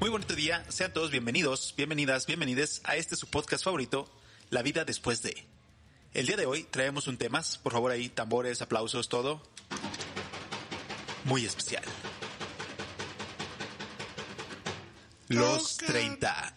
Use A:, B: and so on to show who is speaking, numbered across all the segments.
A: Muy bonito día, sean todos bienvenidos, bienvenidas, bienvenides a este su podcast favorito, La vida después de. El día de hoy traemos un tema, por favor ahí, tambores, aplausos, todo. Muy especial. Los 30.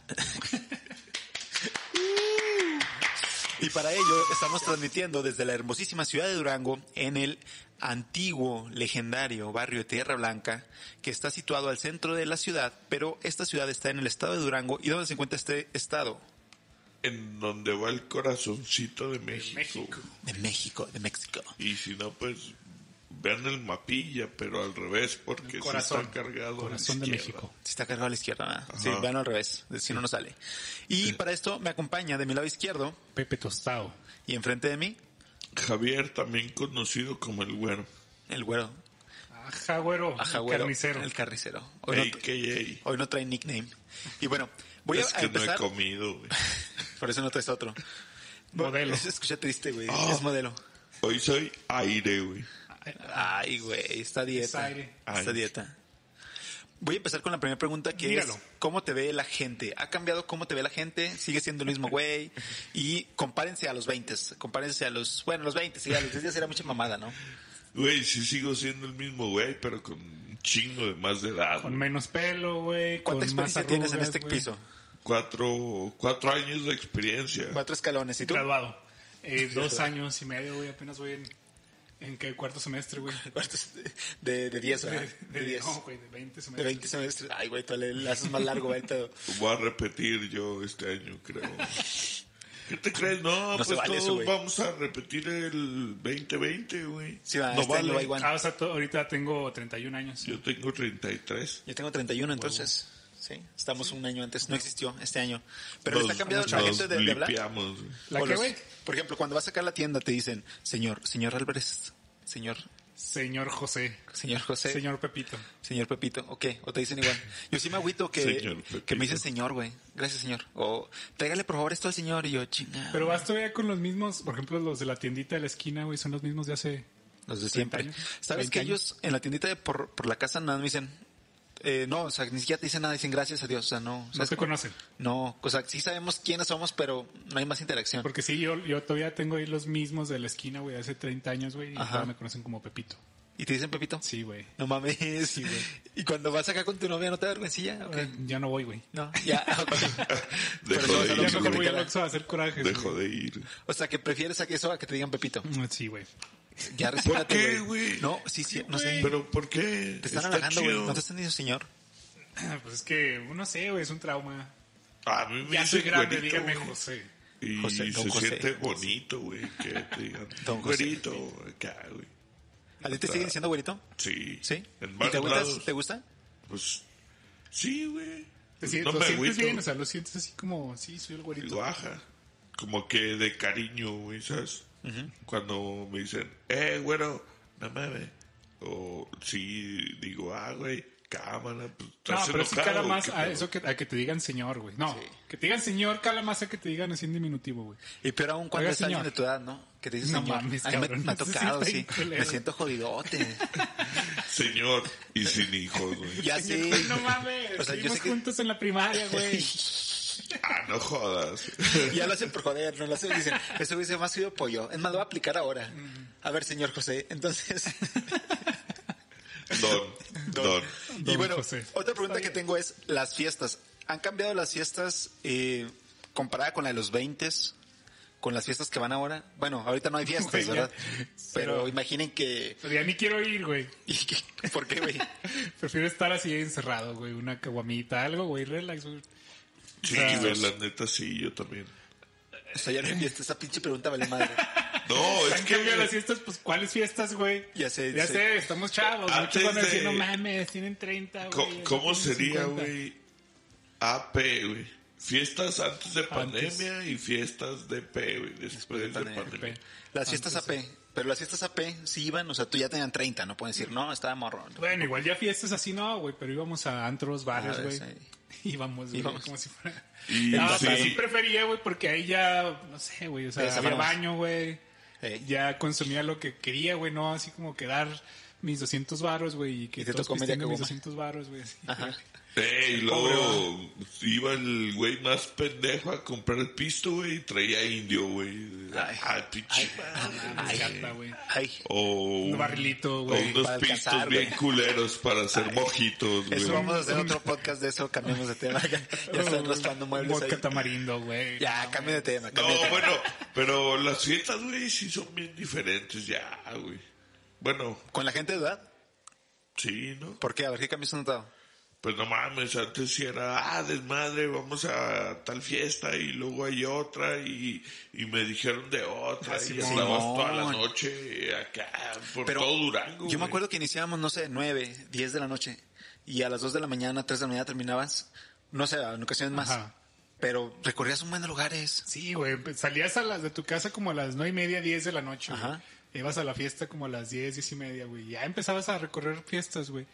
A: Y para ello estamos transmitiendo desde la hermosísima ciudad de Durango en el antiguo, legendario barrio de Tierra Blanca que está situado al centro de la ciudad, pero esta ciudad está en el estado de Durango. ¿Y dónde se encuentra este estado?
B: En donde va el corazoncito de México.
A: De México, de México.
B: Y si no, pues vean el mapilla, pero al revés, porque
C: El
B: sí
C: corazón.
B: está cargado. a la
C: Corazón de
B: izquierda.
C: México.
A: Si está cargado a la izquierda, ¿verdad?
B: Ajá.
A: Sí, van al revés, si no, no sale. Y para esto me acompaña de mi lado izquierdo
C: Pepe Tostado.
A: y enfrente de mí,
B: Javier, también conocido como el güero.
A: el güero,
C: Ajá, güero.
A: ajá, güero,
C: Carnicero.
A: El carnicero. Hoy, no,
B: AKA.
A: hoy no trae nickname. Y bueno, voy
B: es
A: a
B: que no he
A: empezar.
B: comido, güey.
A: Por eso no traes otro.
C: Modelo.
A: Es, escucha triste, güey.
B: Ah.
A: Es modelo.
B: Hoy soy aire, güey.
A: Ay, güey. Está dieta.
C: Es aire.
A: Está
B: Ay.
A: dieta. Voy a empezar con la primera pregunta que es
C: Míralo.
A: ¿Cómo te ve la gente? ¿Ha cambiado cómo te ve la gente? ¿Sigue siendo el mismo güey? Y compárense a los 20, compárense a los, bueno, los 20, sí, a los 10 días era mucha mamada, ¿no?
B: Güey, sí sigo siendo el mismo güey, pero con un chingo de más de edad.
C: Con menos pelo, güey.
A: ¿Cuánta
C: con más
A: experiencia tienes en
C: arrugas,
A: este
C: güey.
A: piso?
B: Cuatro, cuatro años de experiencia.
A: Cuatro escalones. ¿Y tú?
C: Graduado. Eh, dos años y medio, güey. Apenas voy en... ¿En qué cuarto semestre, güey?
A: Cuartos de, de 10, ¿verdad?
C: De,
A: De 10.
C: no, güey, de 20
A: De
C: semestres.
A: 20 semestres. Ay, güey, todavía le haces más largo, güey, todo.
B: Voy a repetir yo este año, creo. ¿Qué te crees? No,
A: No se
B: pues
A: vale
B: todos
A: eso, güey.
B: vamos a repetir el 2020, güey.
A: Sí, va,
B: no
A: este año va igual.
C: Ah, o sea, to- ahorita tengo 31 años.
B: Yo tengo 33.
A: Yo tengo 31, entonces. Sí, estamos un año antes. No existió este año. Pero
B: Nos-
A: está cambiando la
B: nos
A: gente de, de hablar.
B: blipeamos, güey.
C: ¿La
A: O
C: qué,
A: los-
C: güey?
A: Por ejemplo, cuando vas a sacar la tienda te dicen, señor, señor Álvarez, señor,
C: Señor José.
A: señor José, señor,
C: Señor Pepito.
A: Pepito, o qué, o te dicen igual. Yo sí me agüito que,
B: Señor
A: que me dicen
B: Pepito.
A: señor, güey. Gracias, señor. O tráigale por favor esto al señor y yo, chinga.
C: Pero vas todavía con los mismos, por ejemplo, los de la tiendita de la esquina, güey, son los mismos de hace...
A: Los de
C: 30
A: siempre.
C: años,
A: ¿Sabes
C: 20
A: que
C: años?
A: ellos en la tiendita de por, por la casa nada me dicen, eh, no, o sea, ni siquiera te dicen nada, dicen gracias a Dios, o sea, no.
C: No
A: ¿sabes
C: se
A: cómo?
C: conocen.
A: No, o sea, sí sabemos quiénes somos, pero no hay más interacción.
C: Porque sí, yo, yo todavía tengo ahí los mismos de la esquina, güey, hace 30 años, güey, y
A: Ajá.
C: ahora me conocen como Pepito.
A: ¿Y te dicen Pepito?
C: Sí, güey.
A: No mames.
C: Sí, güey.
A: y cuando vas acá con tu novia, ¿no te da vergüencilla? ¿O qué?
C: Ahora Eh, Ya no voy, güey.
A: No, ya. ok. Pero
B: Dejo
A: no, no,
B: de
C: Ya
A: no,
B: ir.
A: no,
C: mejor
A: no,
B: güey.
C: voy
A: no,
C: al Oxxo a hacer corajes.
B: Dejo de ir.
A: O sea, que prefieres a que eso a que te digan Pepito.
C: güey. Mm, Sí, güey.
A: Ya recíbrate,
B: qué, güey?
A: No, sí, sí, no sé.
B: Pero ¿por qué?
A: Te están
B: Está
A: halagando, güey.
B: chido.
A: No te están diciendo señor.
C: Pues es que, no sé, güey, es un trauma.
B: A mí me
C: Ya soy
B: dicen
C: grande,
B: güerito,
C: díganme
B: güey.
C: José.
B: Y
A: José, don
B: se
A: José.
B: siente bonito, güey, que te digan.
A: Don José.
B: güerito, acá, güey.
A: ¿A ti te siguen diciendo güerito?
B: Sí.
A: Sí.
B: En
A: ¿Y te
B: varios
A: gusta?
B: lados.
A: ¿Te gusta?
B: Pues sí, güey.
C: Te sientes-
B: No
C: lo
B: me
C: sientes
B: agüito.
C: bien, o sea, lo sientes así como, sí, soy el
B: Y
C: güerito.
B: baja. Como que de cariño, güey, ¿sabes? Cuando me dicen, eh, güero, no mames. O sí, digo, ah, güey, cámara, pues
C: No,
B: estás
C: pero sí
B: enojado,
C: cala
B: güey,
C: más
B: ¿qué
C: a
B: pedo?
C: eso que, a que te digan señor, güey. No,
A: Sí.
C: que te digan señor cala más a que te digan así en diminutivo, güey.
A: Y peor aún cuando
C: Oiga,
A: es alguien
C: señor.
A: de tu edad, ¿no? Que te dicen
C: No
A: señor.
C: mames,
A: A mí me,
C: cabrón,
A: me ha
C: eso sí
A: tocado,
C: está
A: sí.
C: bien culero.
A: Me siento jodidote.
B: Señor, y sin hijos, güey.
A: ya sé.
C: Güey, No mames,
A: Ah, O sea, yo
C: estuvimos
A: sé que-
C: juntos en la primaria, güey.
B: Ah, no jodas.
A: Ya lo hacen por joder, no lo hacen. Dicen, ese güey se me ha sido pollo. Es más, lo voy a aplicar ahora. A ver, señor José. Entonces.
B: Don, don.
A: Y
C: Don
A: bueno,
C: José.
A: otra pregunta que tengo es las fiestas. ¿Han cambiado las fiestas eh, comparada con la de los 20? Con las fiestas que van ahora. Bueno, ahorita no hay fiestas,
C: Güey, ya.
A: ¿verdad? Pero,
C: Pero-
A: imaginen que...
C: Pero ya ni quiero ir, güey.
A: y que- ¿Por qué, güey?
C: Prefiero estar así encerrado, güey. Una caguamita, algo, güey. Relax, güey.
B: Sí,
C: Ah.
B: güey, la neta sí, yo también.
A: O sea, ya no hay fiestas. Esa pinche pregunta vale madre.
B: No, es
C: En cambio, las
B: que
C: fiestas, pues, ¿cuáles fiestas, güey?
A: Ya sé,
C: Ya
A: sí. Ah,
C: sé, estamos chavos.
B: Antes
C: Muchos van a decir,
B: de-
C: no mames, tienen 30,
B: co-
C: güey.
B: ¿cómo
C: tienen
B: sería,
C: 50".
B: güey? AP, güey. Fiestas antes de pandemia y fiestas de P, güey, después de pandemia.
A: pandemia. Las fiestas AP. Pero las fiestas AP sí iban, o sea, tú ya tenían 30, no pueden decir, no, estaba morro.
C: Bueno, igual ya fiestas así no, güey, pero íbamos a antros, bares,
A: Ah,
C: güey. Íbamos, güey,
A: Íbamos.
C: como si fuera...
B: Y
C: No, o sea, sí
B: sí,
C: prefería, güey, porque ahí ya, no sé, güey, o sea,
A: Ya
C: había
A: sabíamos.
C: baño, güey.
A: Ey.
C: Ya consumía lo que quería, güey, no así como quedar mis 200 varos, güey, y que
A: Y te
C: todos
A: tocó media
C: pisteando mis
A: caguama.
C: 200 varos, güey. así.
B: Eh, y luego iba el güey más pendejo a comprar el pisto, güey, y traía indio, güey.
A: Ay.
B: Ah, pinche madre.
C: Me encanta, güey.
A: Ay,
B: O
C: Un barrilito,
B: o
C: güey.
B: unos
A: para
B: pistos
A: alcanzar,
B: bien
A: güey.
B: culeros para hacer mojitos,
A: eso
B: güey.
A: vamos a hacer otro podcast de eso, cambiamos de tema. ya están raspando muebles
C: Vodka
A: ahí.
C: tamarindo, güey.
A: Ya, cambia de tema,
B: No,
A: cambia de tema.
B: bueno, pero las fiestas, güey, sí son bien diferentes ya, güey. Bueno,
A: ¿Con la gente de edad?
B: sí, ¿no?
A: ¿Por qué? A ver, ¿qué cambios has notado?
B: Pues no mames, antes sí era, ah, desmadre, vamos a tal fiesta y luego hay otra y, y me dijeron de otra
C: Ah,
B: y
C: Simón.
B: andabas toda la noche acá por
A: Pero
B: todo Durango.
A: Yo me
B: güey.
A: acuerdo que iniciábamos, no sé, 9, 10 de la noche y a las 2 de la mañana, 3 de la mañana terminabas, no sé, en ocasiones más.
C: Ajá.
A: Pero recorrías un buen de lugares.
C: Sí, güey. pues, Salías a las de tu casa como a las nueve y media, diez de la noche. güey.
A: Ajá.
C: Ibas a la fiesta como a las diez, diez y media, güey. Ya empezabas a recorrer fiestas, güey.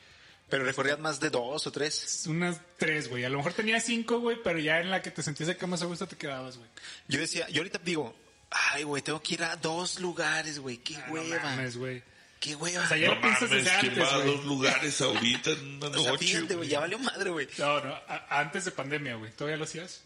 A: Pero recorrías más de dos o tres.
C: Unas tres, güey. A lo mejor tenías cinco, güey, pero ya en la que te sentías acá más a gusto te quedabas, güey.
A: Yo decía, yo ahorita digo, ay, güey, tengo que ir a dos lugares, güey, qué
C: Ah, no
A: hueva.
C: mames, güey.
A: qué hueva.
C: O sea, ya
B: No
C: piensas
B: mames,
C: desde
B: ¿quién
C: antes,
B: va a
C: güey.
B: dos lugares ahorita en una
A: O sea,
B: noche?
A: fíjate, güey,
B: güey?
A: ya valió madre, güey.
C: No, no. a- antes de pandemia, güey. ¿Todavía lo hacías?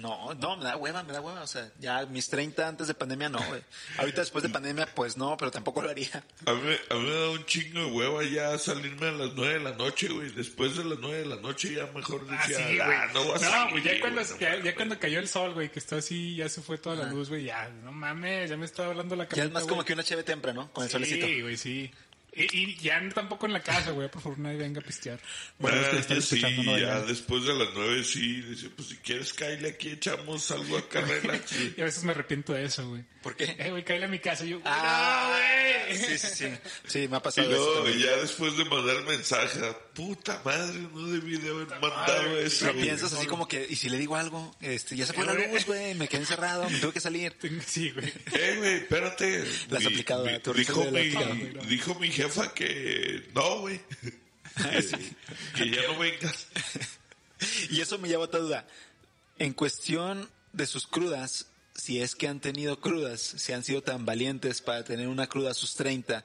A: No, no, me da hueva, me da hueva. O sea, ya mis 30 antes de pandemia no, güey. Ahorita después de pandemia, pues no, pero tampoco lo haría.
B: A mí, a mí me da un chingo de hueva ya salirme a las nueve de la noche, güey. Después de las nueve de la noche ya mejor
C: Ah, sí,
B: decía,
C: güey.
B: "Ah, no
C: no,
B: voy a
C: güey,
B: salir,
C: ya, cuando,
B: güey, no
C: ya,
B: mames".
C: ya cuando cayó el sol, güey, que está así, ya se fue toda la luz, güey, ya, no mames, ya me está hablando la
A: Ya
C: cabeza.
A: es más como que una chévere temprana, ¿no? Con el solecito.
C: Sí, güey, sí. Y, y ya n- tampoco en la casa, güey, por favor, nadie venga a pistear.
B: Bueno,
A: Bueno, los que están
B: sí,
A: escuchando no
B: ya
A: vayan.
B: después de las nueve sí, dice, pues si quieres Kyle aquí echamos algo a carrera.
C: Y a veces me arrepiento de eso, güey.
A: ¿Por qué?
C: Eh, güey, cállate a mi casa. y Yo, güey,
A: Ah,
C: no, güey.
A: Sí, sí, sí. Sí, me ha
B: Y
A: pasado eso
B: luego
A: también.
B: ya después de mandar mensaje, "Ah, puta madre, no debí de haber mandado
C: madre,
B: eso.
A: Pero
B: güey.
A: piensas así como que, y si le digo algo, este, ya se fue la luz, güey, me quedé encerrado, me tuve que salir.
C: Sí, güey.
B: Eh, güey, espérate.
A: La has
B: Mi-
A: aplicado,
B: mi-
A: ¿verdad? Tu
B: dijo,
A: risa de la
B: mi,
A: aplicado.
B: dijo mi jefa que no, güey.
A: Ah,
B: Que- que ya no vengas.
A: Y eso me lleva a otra duda. En cuestión de sus crudas, si es que han tenido crudas, si han sido tan valientes para tener una cruda a sus 30,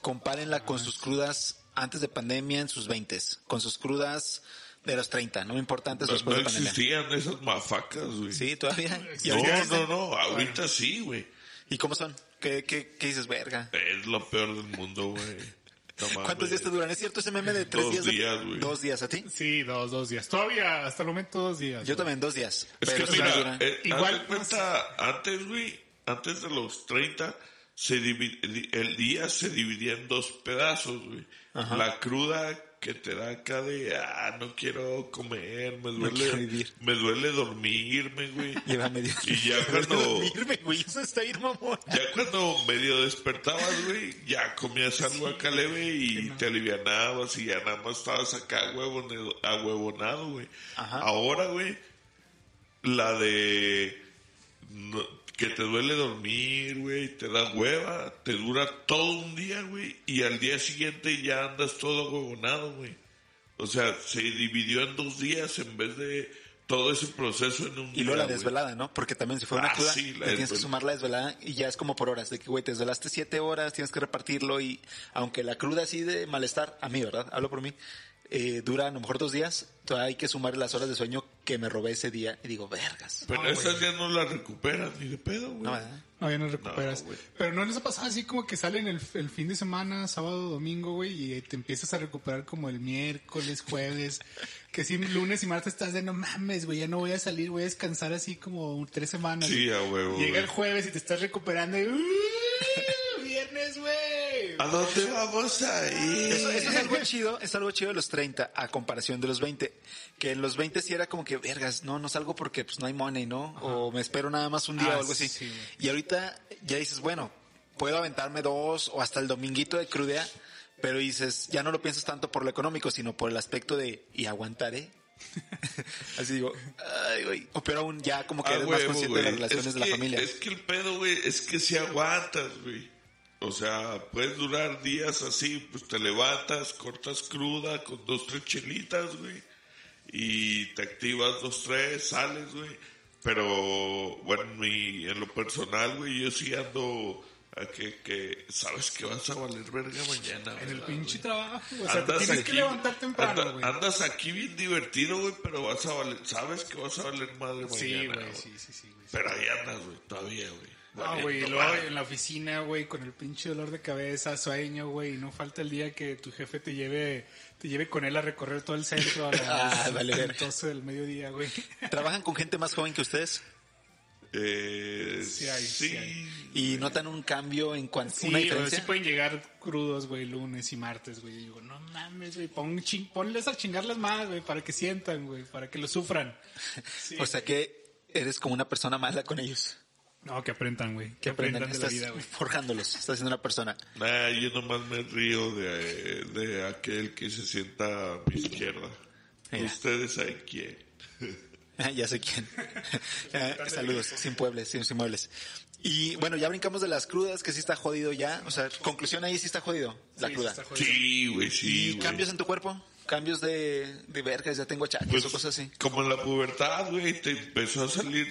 A: compárenla con sus crudas antes de pandemia en sus 20, con sus crudas de los 30, no me importa antes o
B: No,
A: después
B: no
A: de pandemia.
B: existían esas mafacas, güey.
A: Sí, todavía. ¿Y,
B: no,
A: ahorita-
B: no, no, ahorita sí, güey.
A: ¿Y cómo son? ¿Qué, qué, qué dices, verga?
B: Es lo peor del mundo, güey. No mames.
A: ¿Cuántos días te duran? ¿Es cierto ese meme de tres
B: Dos
A: días? de-
B: días, güey.
A: dos días, ¿a ti?
C: Sí, dos, dos días. Todavía, hasta el momento, dos días.
A: Yo
C: güey.
A: también, dos días.
B: Es
A: Pero
B: que
A: sí pues, me
B: mira,
A: dura.
B: eh,
C: Igual,
B: haz de cuenta, antes, güey, antes de los 30, se divi- di- el día se dividía en dos pedazos, güey. La cruda que te da acá de, ah, no quiero comer, me
A: quiero
B: duele,
A: vivir.
B: me duele dormirme, güey.
A: Lleva medio
B: Y ya cuando-
A: dormirme, güey, eso está bien mamón.
B: Ya cuando medio despertabas, güey, ya comías algo acá leve y te alivianabas y ya nada más estabas acá huevonado- ahuevonado, güey.
A: Ajá.
B: Ahora, güey, la de no- que te duele dormir, güey, te da hueva, te dura todo un día, güey, y al día siguiente ya andas todo huevonado, güey. O sea, se dividió en dos días en vez de todo ese proceso en un día.
A: Y luego la
B: güey.
A: desvelada, ¿no? Porque también si fue una
B: Ah,
A: cruda, le
B: sí, la
A: tienes que
B: desvelada.
A: sumar la desvelada y ya es como por horas. De que, güey, te desvelaste siete horas, tienes que repartirlo y aunque la cruda así de malestar, a mí, ¿verdad? Hablo por mí. eh, dura a lo mejor dos días, todavía hay que sumar las horas de sueño que me robé ese día y digo, vergas.
B: Pero
C: No,
B: esas ya no las recuperas ni de pedo, güey.
A: No, ¿verdad?
C: No, ya no recuperas.
B: No, güey.
C: Pero no les ha pasado así como que salen el, el fin de semana, sábado, domingo, güey, y te empiezas a recuperar como el miércoles, jueves. que si lunes y martes estás de no mames, güey, ya no voy a salir, voy a descansar así como tres semanas.
B: Sí,
C: güey.
B: a huevo,
C: Llega
B: güey.
C: el jueves y te estás recuperando y "Uh, viernes, güey.
B: ¿A dónde vamos a ir?
A: Eso, eso es algo chido, es algo chido de los 30 a comparación de los 20. Que en los 20 sí era como que, vergas, no, no salgo porque pues no hay money, ¿no? O me espero nada más un día
C: Ah,
A: o algo así.
C: sí, güey.
A: y ahorita ya dices, bueno, puedo aventarme dos o hasta el dominguito de crudea, pero dices, ya no lo piensas tanto por lo económico, sino por el aspecto de, y aguantaré. así digo, ay, güey. O peor aún, ya como que
B: Ah,
A: eres más
B: huevo,
A: consciente de
B: güey.
A: las relaciones
B: Es
A: de la
B: que-
A: familia.
B: Es que el pedo, güey, es que si aguantas, güey. O sea, puedes durar días así, pues te levantas, cortas cruda con dos, tres chelitas, güey. Y te activas dos, tres, sales, güey. Pero, bueno, mi- en lo personal, güey, yo sí ando a que, que sabes que vas a valer verga mañana.
C: En el
B: ¿verdad,
C: pinche
B: güey?
C: trabajo. O sea, te tienes que levantar temprano,
B: anda-
C: güey.
B: andas aquí bien divertido, güey, pero vas a valer, sabes que vas a valer madre mañana.
C: Sí, güey,
B: güey.
C: sí, sí, sí, güey.
B: Pero ahí andas, güey, todavía, güey.
C: Ah, güey, y
B: Valiendo
C: luego
B: madre.
C: en la oficina, güey, con el pinche dolor de cabeza, sueño, güey, y no falta el día que tu jefe te lleve, te lleve con él a recorrer todo el centro a
A: Ah,
C: las
A: vale, verga.
C: 12 del mediodía, güey.
A: ¿Trabajan con gente más joven que ustedes?
B: Eh,
C: Sí hay, sí hay.
A: ¿Y notan un cambio en cuanto
C: Sí,
A: una
C: güey, sí
A: diferencia?
C: pueden llegar crudos, güey, lunes y martes, güey. Y digo, no mames, güey, pon chin- ponles a chingarlas más, güey, para que sientan, güey, para que lo sufran. Sí,
A: o sea que eres como una persona mala con ellos.
C: No, que aprendan, güey, que
A: Que aprendan,
C: aprendan de la
A: estás
C: vida, güey.
A: forjándolos, estás siendo una persona.
B: Nah, yo nomás me río de, de aquel que se sienta a mi izquierda.
A: Mira.
B: Ustedes saben quién.
A: Ah, ya sé quién. Eh, Saludos, sin puebles, sin, sin muebles. Y bueno, ya brincamos de las crudas, que sí está jodido ya. O sea, conclusión ahí sí está jodido, la
C: Pues Sí,
A: cruda.
C: está jodido.
B: Sí, güey, sí.
A: ¿Y
B: güey.
A: cambios en tu cuerpo? ¿Cambios de, de vergas? Ya tengo achaques
B: Pues,
A: o cosas así.
B: Como en la pubertad, güey, te empezó a salir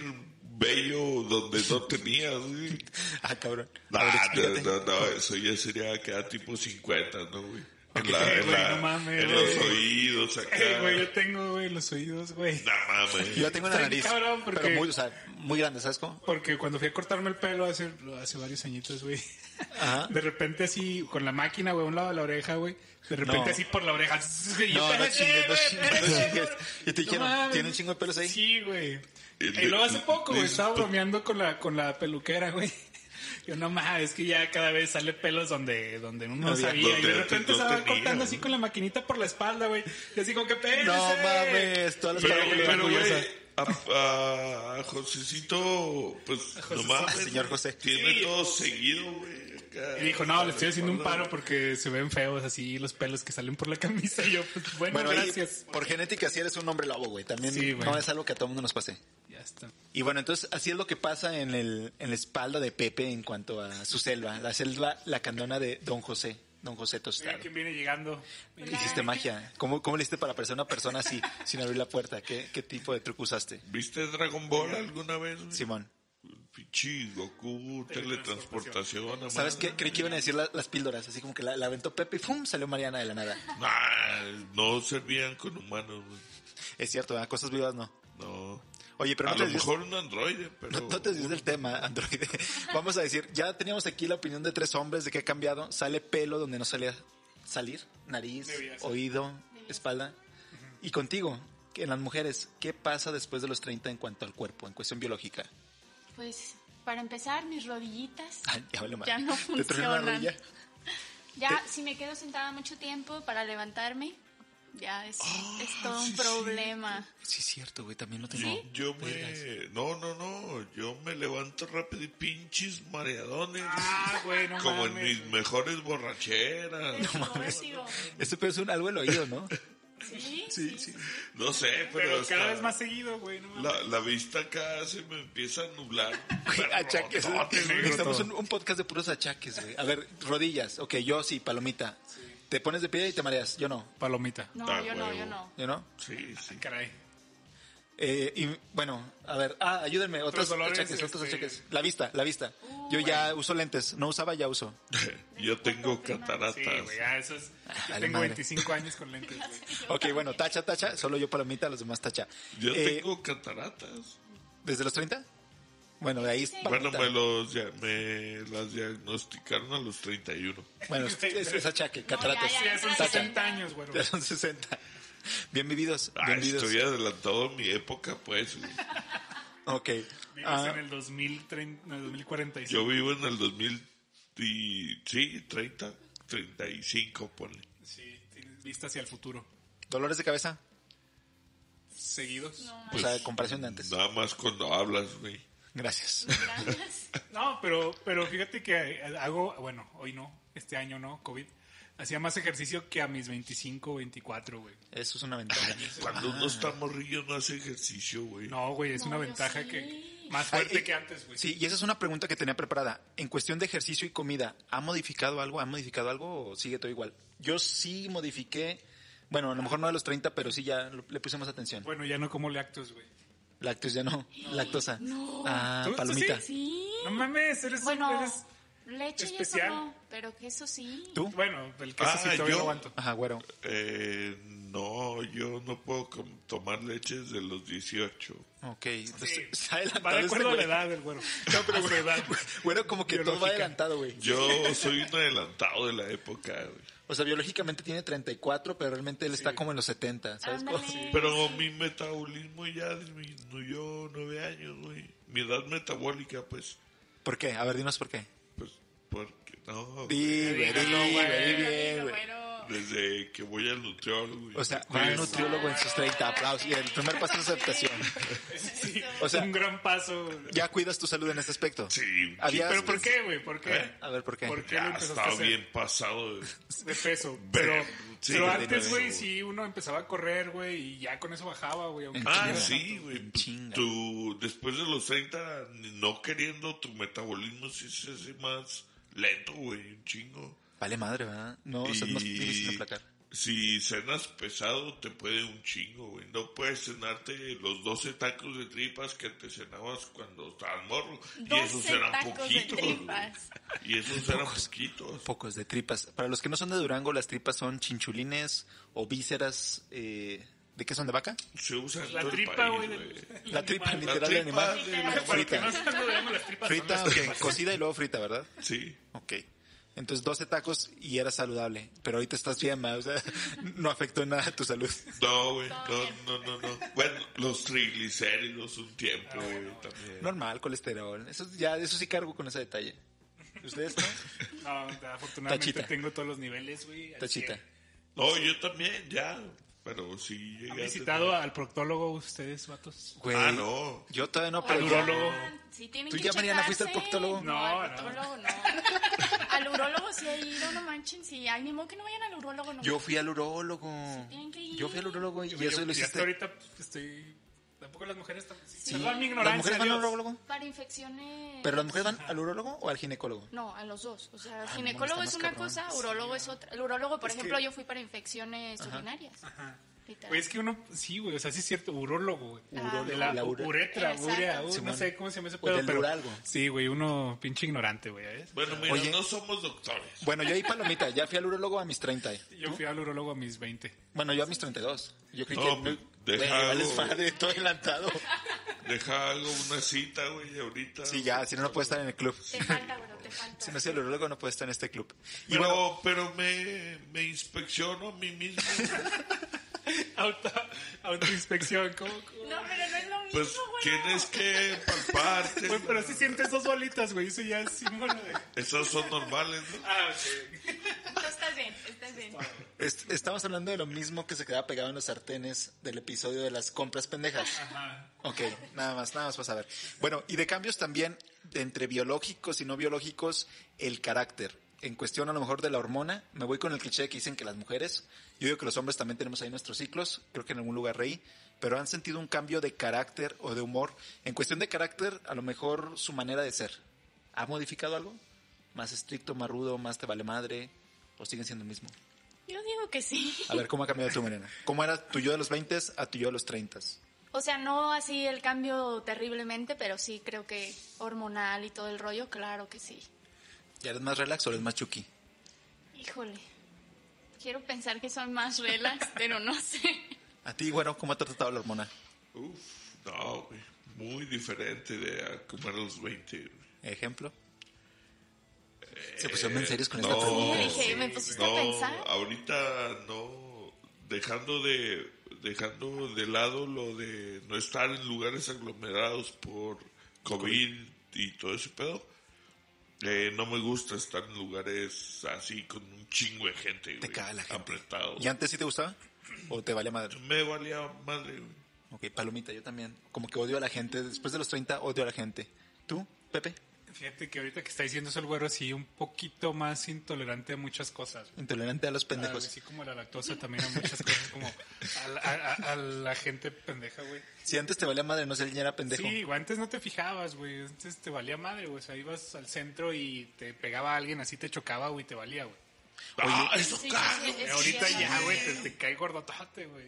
B: bello donde no tenías, güey.
A: Ah, cabrón. A ver,
B: Nah, no,
A: explícate.
B: no, no, eso ya sería acá tipo 50, ¿no, güey? En, la-
C: Eh,
B: en
C: güey,
B: la-
C: no mames,
B: en
C: güey.
B: los oídos, acá.
C: Ey, güey, yo tengo, güey, los oídos, güey.
B: Nah, mames.
A: Yo tengo una
C: Está
A: nariz,
C: bien cabrón, porque-
A: pero muy, o sea, muy grande, ¿sabes cómo?
C: Porque cuando fui a cortarme el pelo hace, hace varios añitos, güey.
A: Ajá.
C: De repente así, con la máquina, güey, a un lado de la oreja, güey. De repente
A: No.
C: así por la oreja. Y yo,
A: No, no
C: "Espérate,
A: chingues, no
C: güey,
A: chingues, no
C: espérate,
A: chingues.
C: güey".
A: Y te dijeron,
C: No mames.
A: ¿tiene un chingo de pelos ahí?
C: Sí, güey.
B: Y-
C: Y luego hace poco, güey,
B: dices,
C: estaba
A: "Pues
B: "Tú-
C: bromeando con la, con la peluquera, güey. Yo no mames, es que ya cada vez sale pelos donde, donde uno no
A: Había-
C: sabía. Y
B: donde
C: de
B: antes
C: repente
B: no
C: se va
B: tenía,
C: cortando
B: güey.
C: así con la maquinita por la espalda, güey. Y así como que "Espérese".
A: No mames, todas las
B: Pero,
A: palabras
B: pero,
A: orgullosas.
B: güey, a, a Josecito, pues, no mames.
A: Ah, señor José.
B: Tiene
C: Sí.
B: todo seguido, güey. acá.
C: Y dijo, no, le estoy haciendo un
B: Guarda.
C: paro porque se ven feos así los pelos que salen por la camisa. Y yo, pues bueno,
A: Bueno, ahí,
C: gracias.
A: por genética sí eres un hombre lobo, güey. También
C: Sí, güey.
A: no es algo que a todo mundo nos pase.
C: Ya está.
A: Y bueno, entonces así es lo que pasa en, el, en la espalda de Pepe en cuanto a su selva. La selva, la candona de Don José, Don José
C: Mira
A: Tostado.
C: quién viene llegando.
A: Hiciste magia. ¿Cómo, cómo le hiciste para aparecer a una persona así sin abrir la puerta? ¿Qué, qué tipo de truco usaste?
B: ¿Viste Dragon Ball alguna vez? güey?
A: Simón,
B: Pinche Goku, teletransportación.
A: ¿sabes
B: amada.
A: qué? Creí que iban a decir la- las píldoras, así como que la, la aventó Pepe y ¡fum! salió Mariana de la nada.
B: Nah, Ah, no servían con humanos, güey.
A: Es cierto, ¿verdad? cosas vivas no.
B: No.
A: Oye, pero
B: a
A: no te
B: lo
A: desvíes-
B: mejor un androide, pero.
A: No, no te desvíes del tema, androide. Vamos a decir, ya teníamos aquí la opinión de tres hombres de que ha cambiado. Sale pelo donde no salía salir, nariz,
C: Debía ser.
A: oído, espalda. Y contigo, que en las mujeres, ¿qué pasa después de los 30 en cuanto al cuerpo, en cuestión biológica?
D: Pues para empezar, mis rodillitas.
A: Ay, ya vale madre.
D: Ya no
A: Te truena una
D: funcionan.
A: rodilla.
D: Ya, si me quedo sentada mucho tiempo para levantarme, ya es, es todo un problema.
A: Sí, es cierto, güey, también lo tengo.
B: Yo, yo
A: Vergas.
B: me. No, no, no. Yo me levanto rápido y pinches mareadones.
C: Ah, güey, no
B: como en
C: mames.
B: mis mejores borracheras.
D: Progresivo.
A: Este pedo es un, algo del oído, ¿no?
D: Sí,
A: Sí,
D: sí.
A: sí.
B: No sé, pero.
C: Pero
B: hasta
C: cada vez más seguido, güey. No mames.
B: La, la vista acá se me empieza a nublar.
A: Güey, Achaques.
B: Perrototes, güey.
A: Necesitamos un, un podcast de puros achaques, güey. A ver, rodillas. Ok, yo sí, palomita. Te pones de pie y te mareas. Yo no.
C: Palomita. Ah,
D: No,
B: Ah,
D: yo no, yo
B: huevo.
D: no.
A: ¿Yo no?
B: Sí, sí.
C: Caray.
A: Eh, y bueno, a ver, ah, ayúdenme, otros,
C: Otros dolores,
A: achaques, otros
C: este-
A: achaques. La vista, la vista. Yo ya uso lentes, no usaba, ya uso.
B: Yo tengo
C: Sí,
B: cataratas.
C: güey, ya eso es. Yo
A: vale
C: tengo
A: madre.
C: 25 años con lentes, güey.
A: Ok, bueno, tacha, tacha, solo yo palomita, los demás tacha.
B: Yo
A: Eh,
B: tengo cataratas.
A: ¿Desde los 30? Bueno, de ahí es palomita.
B: Bueno, me, los, dia- me las diagnosticaron a los 31.
A: Bueno, es, es- es achaque, cataratas.
D: ya,
C: Ya son
D: Tacha.
C: 60 años, güey.
A: Ya son 60. Bien vividos,
B: Ah,
A: bien vividos.
B: estoy adelantado en mi época, pues. güey.
A: Ok.
C: Vives
A: Ah,
C: en el 2030, no, 2045.
B: Yo vivo en el 2000 y, sí, 30, 35, ponle.
C: Sí, tienes vista hacia el futuro.
A: ¿Dolores de cabeza?
C: Seguidos.
A: o sea,
B: Pues,
A: de comparación de antes.
B: Nada más cuando hablas, güey.
A: Gracias.
D: Gracias.
C: No, pero, pero fíjate que hago, bueno, hoy no, este año no, COVID. Hacía más ejercicio que a mis 25, 24, güey.
A: Eso es una ventaja.
B: Cuando
A: Ah.
B: uno está morrillo no hace ejercicio, güey.
C: No, güey, es
D: No,
C: una
D: yo
C: ventaja
D: sí.
C: que más
A: Ay,
C: fuerte
A: y-
C: que antes, güey.
A: Sí, y esa es una pregunta que tenía preparada. En cuestión de ejercicio y comida, ¿ha modificado algo? ¿Ha modificado algo o sigue todo igual? Yo sí modifiqué, bueno, a lo mejor no a los 30, pero sí ya lo- le puse más atención.
C: Bueno, ya no como lácteos, güey.
A: Lácteos ya no, lactosa.
D: No.
A: Ah,
C: ¿Tú- tú
A: palomita.
C: sí?
D: Sí.
C: No mames, eres,
D: Bueno,
C: eres-
D: Leche
C: Especial.
D: y eso no, pero queso sí.
A: ¿Tú?
C: Bueno, el queso
B: Ah,
C: sí todavía
B: yo-
C: lo aguanto.
A: Ajá, güero.
B: Eh, no, yo no puedo com- tomar leche desde los 18.
A: Ok. Entonces,
C: Sí.
A: está adelantado
C: Va de
A: este
C: acuerdo a la
A: güey.
C: edad del güero.
A: No, pero
C: A su edad.
A: Güero, como que todo va
C: Biológica.
A: adelantado, güey.
B: Yo soy un adelantado de la época, güey.
A: O sea, biológicamente tiene 34, pero realmente él está como en los 70, ¿sabes?
D: Ándale.
A: cómo?
B: Pero mi metabolismo ya disminuyó nueve años, güey. Mi edad metabólica, pues,
A: ¿Por qué? A ver, dinos por qué.
B: pues, porque no. güey.
A: Di, güey, di,
C: Dígalo,
A: güey,
C: güey.
A: di bien,
D: Pero,
A: güey.
D: bueno,
B: Desde que voy al nutriólogo. güey.
A: O sea,
B: Me
A: va un
B: cuido.
A: nutriólogo en sus 30, aplausos. Y el primer paso es aceptación.
C: Sí,
A: O sea-
C: un gran paso.
A: ¿Ya cuidas tu salud en este aspecto?
B: Sí,
A: Había-
C: ¿Pero por qué, güey? ¿Por qué?
B: ¿Eh?
A: A ver, ¿por qué?
C: ¿Por qué
B: ya
C: lo empezaste a
B: estaba
C: hacer?
B: bien pasado. güey.
C: De peso.
B: Ver-
C: Pero,
B: sí,
C: pero
B: de
C: antes,
B: nuevo.
C: güey, sí, uno empezaba a correr, güey, y ya con eso bajaba, güey. aunque
A: En
C: no
B: Ah,
A: Chinga.
C: era
B: sí,
C: tanto.
B: güey.
A: En chinga.
B: Tú, después de los 30, no queriendo, tu metabolismo sí se hace más lento, güey, un chingo.
A: Vale madre, ¿verdad? No, o sea, es más difícil aplacar.
B: Si cenas pesado, te puede un chingo, güey. No puedes cenarte los 12 tacos de tripas que te cenabas cuando estabas morro. Y
D: 12
B: esos eran
D: tacos de
B: poquitos. güey.
D: tripas.
B: Y esos eran poquitos.
A: Pocos de tripas. Para los que no son de Durango, las tripas son chinchulines o vísceras. eh, ¿De qué son? ¿De vaca?
B: Se usa en
C: La
B: todo el
C: tripa,
B: país,
C: güey. del-
A: La tripa
B: La
A: literal de
B: tripa
A: animal.
B: de-
D: Literal.
C: Para que no
A: Frita.
C: están rodeando las tripas. son
A: Frita,
C: las
A: ok,
C: tripas.
A: cocida y luego frita, ¿verdad?
B: Sí.
A: Ok. Entonces 12 tacos y era saludable. Pero ahorita estás bien, ma, o sea, no afectó en nada tu salud.
B: No, güey.
D: Todo bien.
B: No, no, no, no. Bueno, los triglicéridos un tiempo, güey, también.
A: Normal, colesterol. Eso ya, eso sí cargo con ese detalle. ¿Ustedes no?
C: No, afortunadamente
A: Tachita.
C: tengo todos los niveles, güey. al
A: Tachita.
B: Ah,
C: cien.
B: No, yo también, ya. Pero sí llegué
C: ¿Han
B: a
C: visitado
B: tener-
C: al proctólogo ustedes, vatos?
A: Güey,
B: Ah, no.
A: Yo todavía no, pero
C: Al
A: ya-
C: urólogo.
D: Sí, tienen
A: ¿Tú
D: que
A: ya, Mariana, fuiste al
D: checarse.
A: proctólogo?
D: No,
C: No,
D: al
C: no.
D: proctólogo no. al urólogo sí he ido, no manchen. Sí, al mismo que no vayan al urólogo no.
A: Yo fui al urólogo.
D: tienen que ir.
A: Yo fui al urólogo y
C: Yo-
A: eso lo
C: y hasta
A: hiciste.
C: ahorita pues, estoy... Tampoco las mujeres... tam-
D: Sí.
C: Perdón mi
A: ¿Las
C: ignorancia,
A: mujeres van al
C: Dios.
A: urólogo?
D: Para infecciones.
A: ¿Pero las mujeres van al urólogo o al ginecólogo?
D: No, a los dos. O sea,
A: no,
D: ginecólogo
A: está
D: es
A: más
D: una
A: cabrón.
D: cosa, urólogo es otra. El urólogo, por
C: Es
D: ejemplo,
C: que-
D: yo fui para infecciones urinarias. Literal.
C: Güey, es que uno, sí, güey, o sea, sí es cierto, urólogo, güey. Ah,
D: Urólogo,
C: de la,
A: la ure-
C: uretra,
D: Exacto.
C: urea, u- no
A: Simón.
C: sé cómo se llama ese
A: O
C: pedo,
A: del
C: pero...
A: duralgo.
C: Sí, güey, uno pinche ignorante, güey, ¿ves?
B: Bueno, mira,
A: Oye.
B: no somos doctores.
A: Bueno, yo ahí palomita, ya fui al urólogo a mis 30.
C: Yo fui al urólogo a mis 20.
A: Bueno, yo a mis 32. Yo creí
B: No,
A: que...
B: pues,
A: Güey,
B: deja
A: vales
B: algo.
A: madre, todo adelantado.
B: Deja algo, una cita, güey, ahorita.
A: Sí, ya, si no, no puedo estar en el club.
D: Te falta, bro, te falta.
A: Si no soy el urólogo, no puedo estar en este club. Y
B: Pero,
A: bueno,
B: pero me, me inspecciono a mí mismo.
C: Auto, autoinspección, ¿cómo? cómo?
D: No, pero no es lo mismo,
B: Pues
D: güey.
B: tienes que palparte.
C: Güey, pero sí sientes dos bolitas, güey, eso ya es símbolo de...
B: Esas son normales, ¿no?
C: Ah, ok.
D: Tú estás bien, estás bien.
A: est- estamos hablando de lo mismo que se quedaba pegado en los sartenes del episodio de las compras pendejas. Ok, nada más, nada más para saber. Bueno, y de cambios también entre biológicos y no biológicos, el carácter. En cuestión a lo mejor de la hormona, me voy con el cliché que dicen que las mujeres, yo digo que los hombres también tenemos ahí nuestros ciclos, creo que en algún lugar reí, pero han sentido un cambio de carácter o de humor. En cuestión de carácter, a lo mejor su manera de ser. ¿Ha modificado algo? ¿Más estricto, más rudo, más te vale madre? ¿O siguen siendo el mismo?
D: Yo digo que sí.
A: A ver, ¿cómo ha cambiado tu Mariana? ¿Cómo era tu yo de los 20 a tu yo de los 30?
D: O sea, no así el cambio terriblemente, pero sí creo que hormonal y todo el rollo, claro que sí.
A: ¿Ya eres más relax o eres más chucky?
D: Híjole. Quiero pensar que son más relax, pero no sé.
A: A ti, bueno, ¿cómo te ha tratado la hormona?
B: Uf, no, güey. Muy diferente de a como a los 20. güey.
A: ¿Ejemplo?
C: Eh,
A: Se pusieron en serios con
B: no.
A: esta
D: Sí,
A: pregunta.
D: dije, me pusiste a
B: No,
D: pensar.
B: ahorita no. Dejando de, dejando de lado lo de no estar en lugares aglomerados por COVID y todo ese pedo. eh, no me gusta estar en lugares así con un chingo de gente,
A: Te
B: güey,
A: caga la gente.
B: Apretado.
A: ¿Y antes sí te gustaba? ¿O te valía madre?
B: Me valía madre, güey.
A: Ok, palomita, yo también. Como que odio a la gente. Después de los 30, odio a la gente. ¿Tú, Pepe?
C: Fíjate que ahorita que está diciendo eso el güero, sí, un poquito más intolerante a muchas cosas, güey.
A: Intolerante a los
C: Ah,
A: pendejos.
C: Así como la lactosa también a muchas cosas, como a la, a- a- a la gente pendeja, güey.
A: Si antes te valía madre, no sé, niña era pendejo.
C: Sí, güey, antes no te fijabas, güey. Antes te valía madre, güey. O sea, ibas al centro y te pegaba a alguien, así te chocaba, güey, te valía, güey.
B: Ah, eso
D: Sí, sí,
B: caga,
D: sí,
C: Y
D: es
C: ahorita
D: cierto.
C: ya, güey, te, te cae gordotote, güey.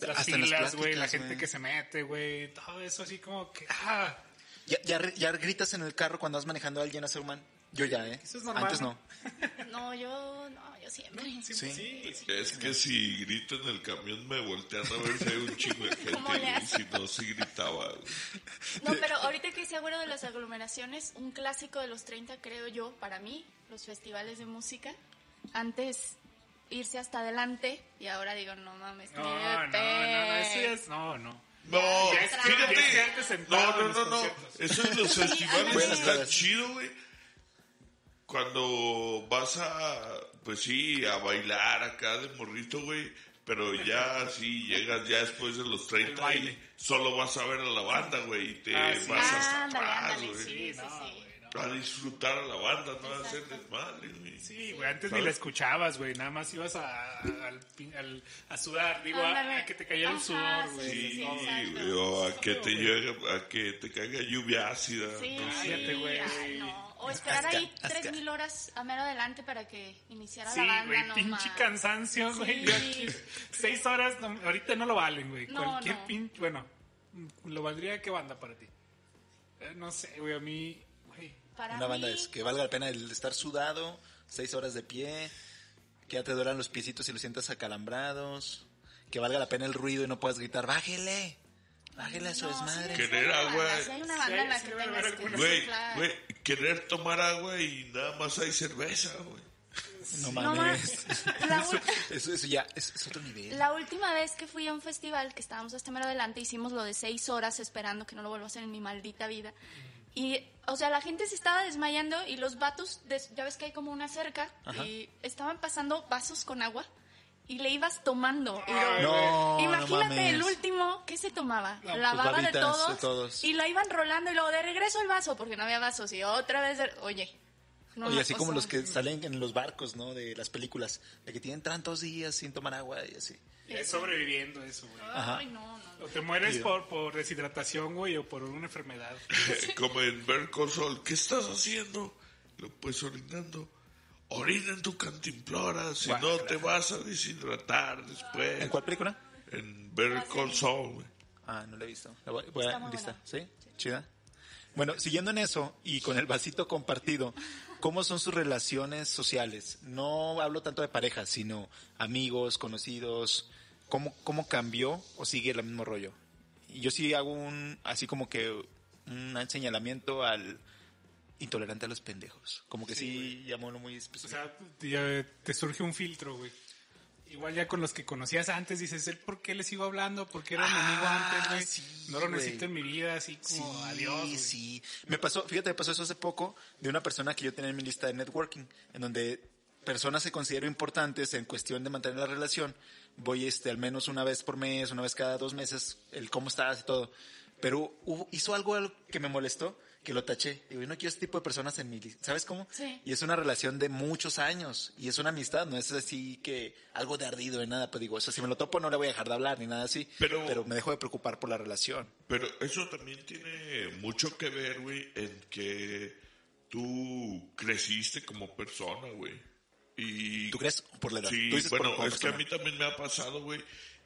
C: Las
A: Hasta en las
C: filas, güey, la
A: pláticas,
C: gente
A: güey.
C: que se mete, güey. Todo eso así como que... Ah,
A: ¿Ya, ya, re- ya gritas en el carro cuando vas manejando a alguien a ser humano? Yo ya, ¿eh?
C: Eso es normal.
A: Antes no.
D: No, yo, no, yo siempre.
C: Sí,
A: Sí.
C: sí, sí.
B: Es que si grito en el camión me voltean a ver si hay un chingo de gente.
D: ¿Cómo le
B: güey.
D: haces?
B: Si no, si gritaba. güey.
D: No, pero ahorita que se acuerdo de las aglomeraciones, un clásico de los 30, creo yo, para mí, los festivales de música. Antes irse hasta adelante y ahora digo, no mames,
C: No,
D: ni de
C: no, no, no, eso ya es. No, no.
B: No,
D: Ya está.
C: Ya está antes
B: fíjate.
C: sentado
B: No, no,
C: en los
B: no, no.
C: conciertos.
B: Eso en los festivales
A: ándale.
B: está chido, güey. Cuando vas a, pues sí, a bailar acá de morrito, güey. Pero ya sí, llegas ya después de los 30
C: baile.
B: y solo vas a ver a la banda, güey. Y te
C: Ah, sí.
B: vas hasta
D: Ándale,
B: atrás,
D: ándale,
B: güey.
D: Sí, sí,
C: no,
D: sí.
C: Ah, güey, no.
B: A disfrutar a la banda, no a hacer desmadre, güey.
C: Sí, güey, antes ni la escuchabas, güey, nada más ibas a, al pin- al- a sudar, digo, a,
D: Ándale.
C: a que te cayera el
D: Ajá,
C: sudor,
D: sí,
C: güey.
B: Sí,
D: sí, exacto.
B: güey, o a que te llegue, a que te caiga lluvia ácida.
D: Sí,
B: no sé.
C: Cállate, güey.
D: ay, no. O esperar
A: Asca,
D: ahí
A: asca.
D: 3000 horas a mero adelante para que iniciara
C: Sí,
D: la banda.
C: güey,
D: no
C: pinche
D: mames.
C: cansancio, güey.
D: Sí.
C: yo aquí- Seis horas, no- ahorita no lo valen, güey.
D: No,
C: Cualquier
D: no.
C: pinche, bueno, ¿lo valdría qué banda para ti? Eh, no sé, güey, a mí, güey.
D: Para
A: Una banda
D: mí,
A: es que valga la pena el estar sudado, seis horas de pie, que ya te duelan los piecitos y los sientas acalambrados, que valga la pena el ruido y no puedas gritar, bájele, bájele a su
D: no, sí,
A: desmadre.
D: sí hay
B: Querer
D: una
B: agua.
D: banda, sí hay una banda en la
C: Sí,
D: que
C: sí, va a haber
D: tengas que-
C: alguna.
B: Güey,
D: claro.
B: güey, querer tomar agua y nada más hay cerveza, güey.
A: No
D: No
A: mames.
D: mames. La
A: eso,
D: ulti-
A: eso- eso ya es, es otro nivel.
D: La última vez que fui a un festival, que estábamos hasta mero adelante, hicimos lo de seis horas esperando que no lo vuelva a hacer en mi maldita vida. Y, o sea, la gente se estaba desmayando y los vatos, des- ya ves que hay como una cerca,
A: Ajá.
D: y estaban pasando vasos con agua y le ibas tomando. Y
C: Ay,
D: lo-
A: No,
D: Imagínate
A: no mames.
D: el último, ¿qué se tomaba?
C: No,
D: la
A: pues,
D: baba de
A: babitas de
D: todos,
A: todos.
D: Y la iban rolando y luego de regreso el vaso, porque no había vasos. Y otra vez, de- oye. no,
A: Oye, así
D: o
A: como
D: sea,
A: los que salen en los barcos, ¿no? De las películas, de que tienen tantos días sin tomar agua y así.
C: Es sobreviviendo eso, güey.
A: Ajá.
D: Ay, no, no.
C: O te mueres
A: Digo.
C: por, por deshidratación, güey, o por una enfermedad.
B: Como en Mercosol, ¿qué estás haciendo? Lo pues orinando. Orina en tu cantimplora, si no te vas a deshidratar después.
A: ¿En cuál película?
B: En Mercosol, güey.
A: Ah, no la he visto. La voy, voy a-
D: Está muy
A: lista.
D: buena.
A: ¿Sí? Chida. Bueno, siguiendo en eso y con el vasito compartido, ¿cómo son sus relaciones sociales? No hablo tanto de parejas, sino amigos, conocidos. ¿Cómo, cómo cambió o sigue el mismo rollo? Y yo sí hago un, así como que un señalamiento al intolerante a los pendejos. Como que sí, llamó uno muy
C: O
A: específico.
C: sea, te, te surge un filtro, güey. Igual ya con los que conocías antes dices, ¿el por qué les sigo hablando? ¿Por qué era mi amigo
A: Ah,
C: antes, güey?
A: sí,
C: no lo
A: güey.
C: necesito en mi vida, así como Oh, adiós. güey.
A: sí. Me pasó, fíjate, me pasó eso hace poco de una persona que yo tenía en mi lista de networking, en donde personas que considero importantes en cuestión de mantener la relación, voy este al menos una vez por mes, una vez cada dos meses, el cómo estás y todo. Pero hubo- hizo algo al- que me molestó, que lo taché. Digo, yo no quiero este tipo de personas en mi lista. ¿Sabes cómo?
D: Sí.
A: Y es una relación de muchos años y es una amistad, no es así que algo de ardido de nada, pero digo, eso si me lo topo no le voy a dejar de hablar ni nada así,
B: Pero-
A: pero me dejo de preocupar por la relación.
B: Pero eso también tiene mucho que ver, güey, en que tú creciste como persona, güey. Y
A: ¿Tú crees? Por la edad.
B: Sí,
A: Tú dices
B: bueno,
A: por- por
B: es que a
A: persona.
B: mí también me ha pasado, güey.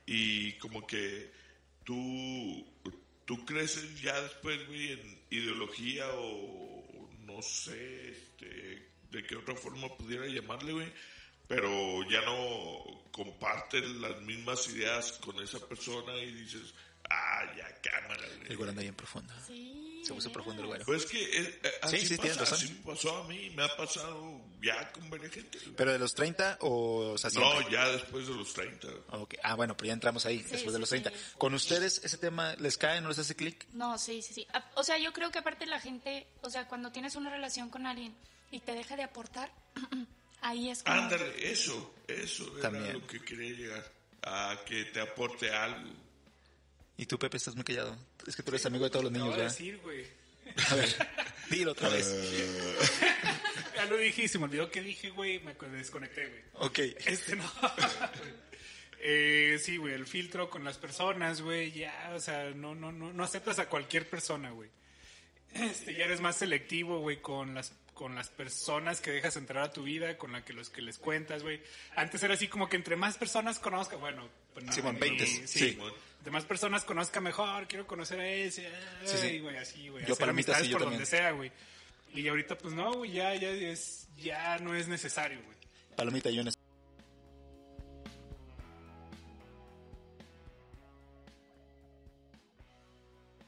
B: Y como que tú, tú creces ya después, güey, en ideología o no sé este, de qué otra forma pudiera llamarle, güey. Pero ya no compartes las mismas ideas con esa persona y dices, ah, ya cámara,
A: El
B: güey.
A: güero anda bien profundo.
D: Sí,
A: Se puso
D: de
A: profundo el
D: veras.
A: güero.
B: Pues es que eh, eh,
A: Sí,
B: así,
A: sí, tienes
B: pasa,
A: razón.
B: así me pasó a mí, me ha pasado ya con varias gente. güey.
A: ¿Pero de los 30 o, o sea, siempre?
B: No, ya después de los 30. güey.
A: Ok. Ah, bueno, pero ya entramos ahí, después de
D: sí,
A: los 30.
D: sí.
A: ¿Con ustedes ese tema les cae, no les hace clic?
D: No, sí, sí, sí. A- O sea, yo creo que aparte la gente, o sea, cuando tienes una relación con alguien y te deja de aportar, ahí es cuando...
B: Ándale, eso, eso era
A: También.
B: lo que quería llegar. A que te aporte algo.
A: Y tú, Pepe, estás muy callado. Es que tú eres amigo de todos los niños,
C: Acabo de
A: ¿verdad?
C: decir, güey.
A: A ver, dilo otra vez.
B: Eh.
C: Ya lo dije y se me olvidó que dije, güey, me desconecté, güey.
A: Ok.
C: Este no. Eh, sí, güey, el filtro con las personas, güey, ya, o sea, no, no, no, no aceptas a cualquier persona, güey. Este, ya eres más selectivo, güey, con las, con las personas que dejas entrar a tu vida, con la que los que les cuentas, güey. Antes era así como que entre más personas conozca, bueno, pues no,
A: Simón,
C: ni-
A: 20, sí.
B: Simón.
C: Entre más personas conozca mejor, quiero conocer a ese,
A: Sí, sí.
C: ay, güey, así, güey.
A: Yo
C: hacer
A: palomitas
C: amistades
A: y yo
C: por
A: también.
C: donde sea, güey. Y ahorita, pues no, güey, ya, ya, es, ya no es necesario, güey.
A: Palomita, yo en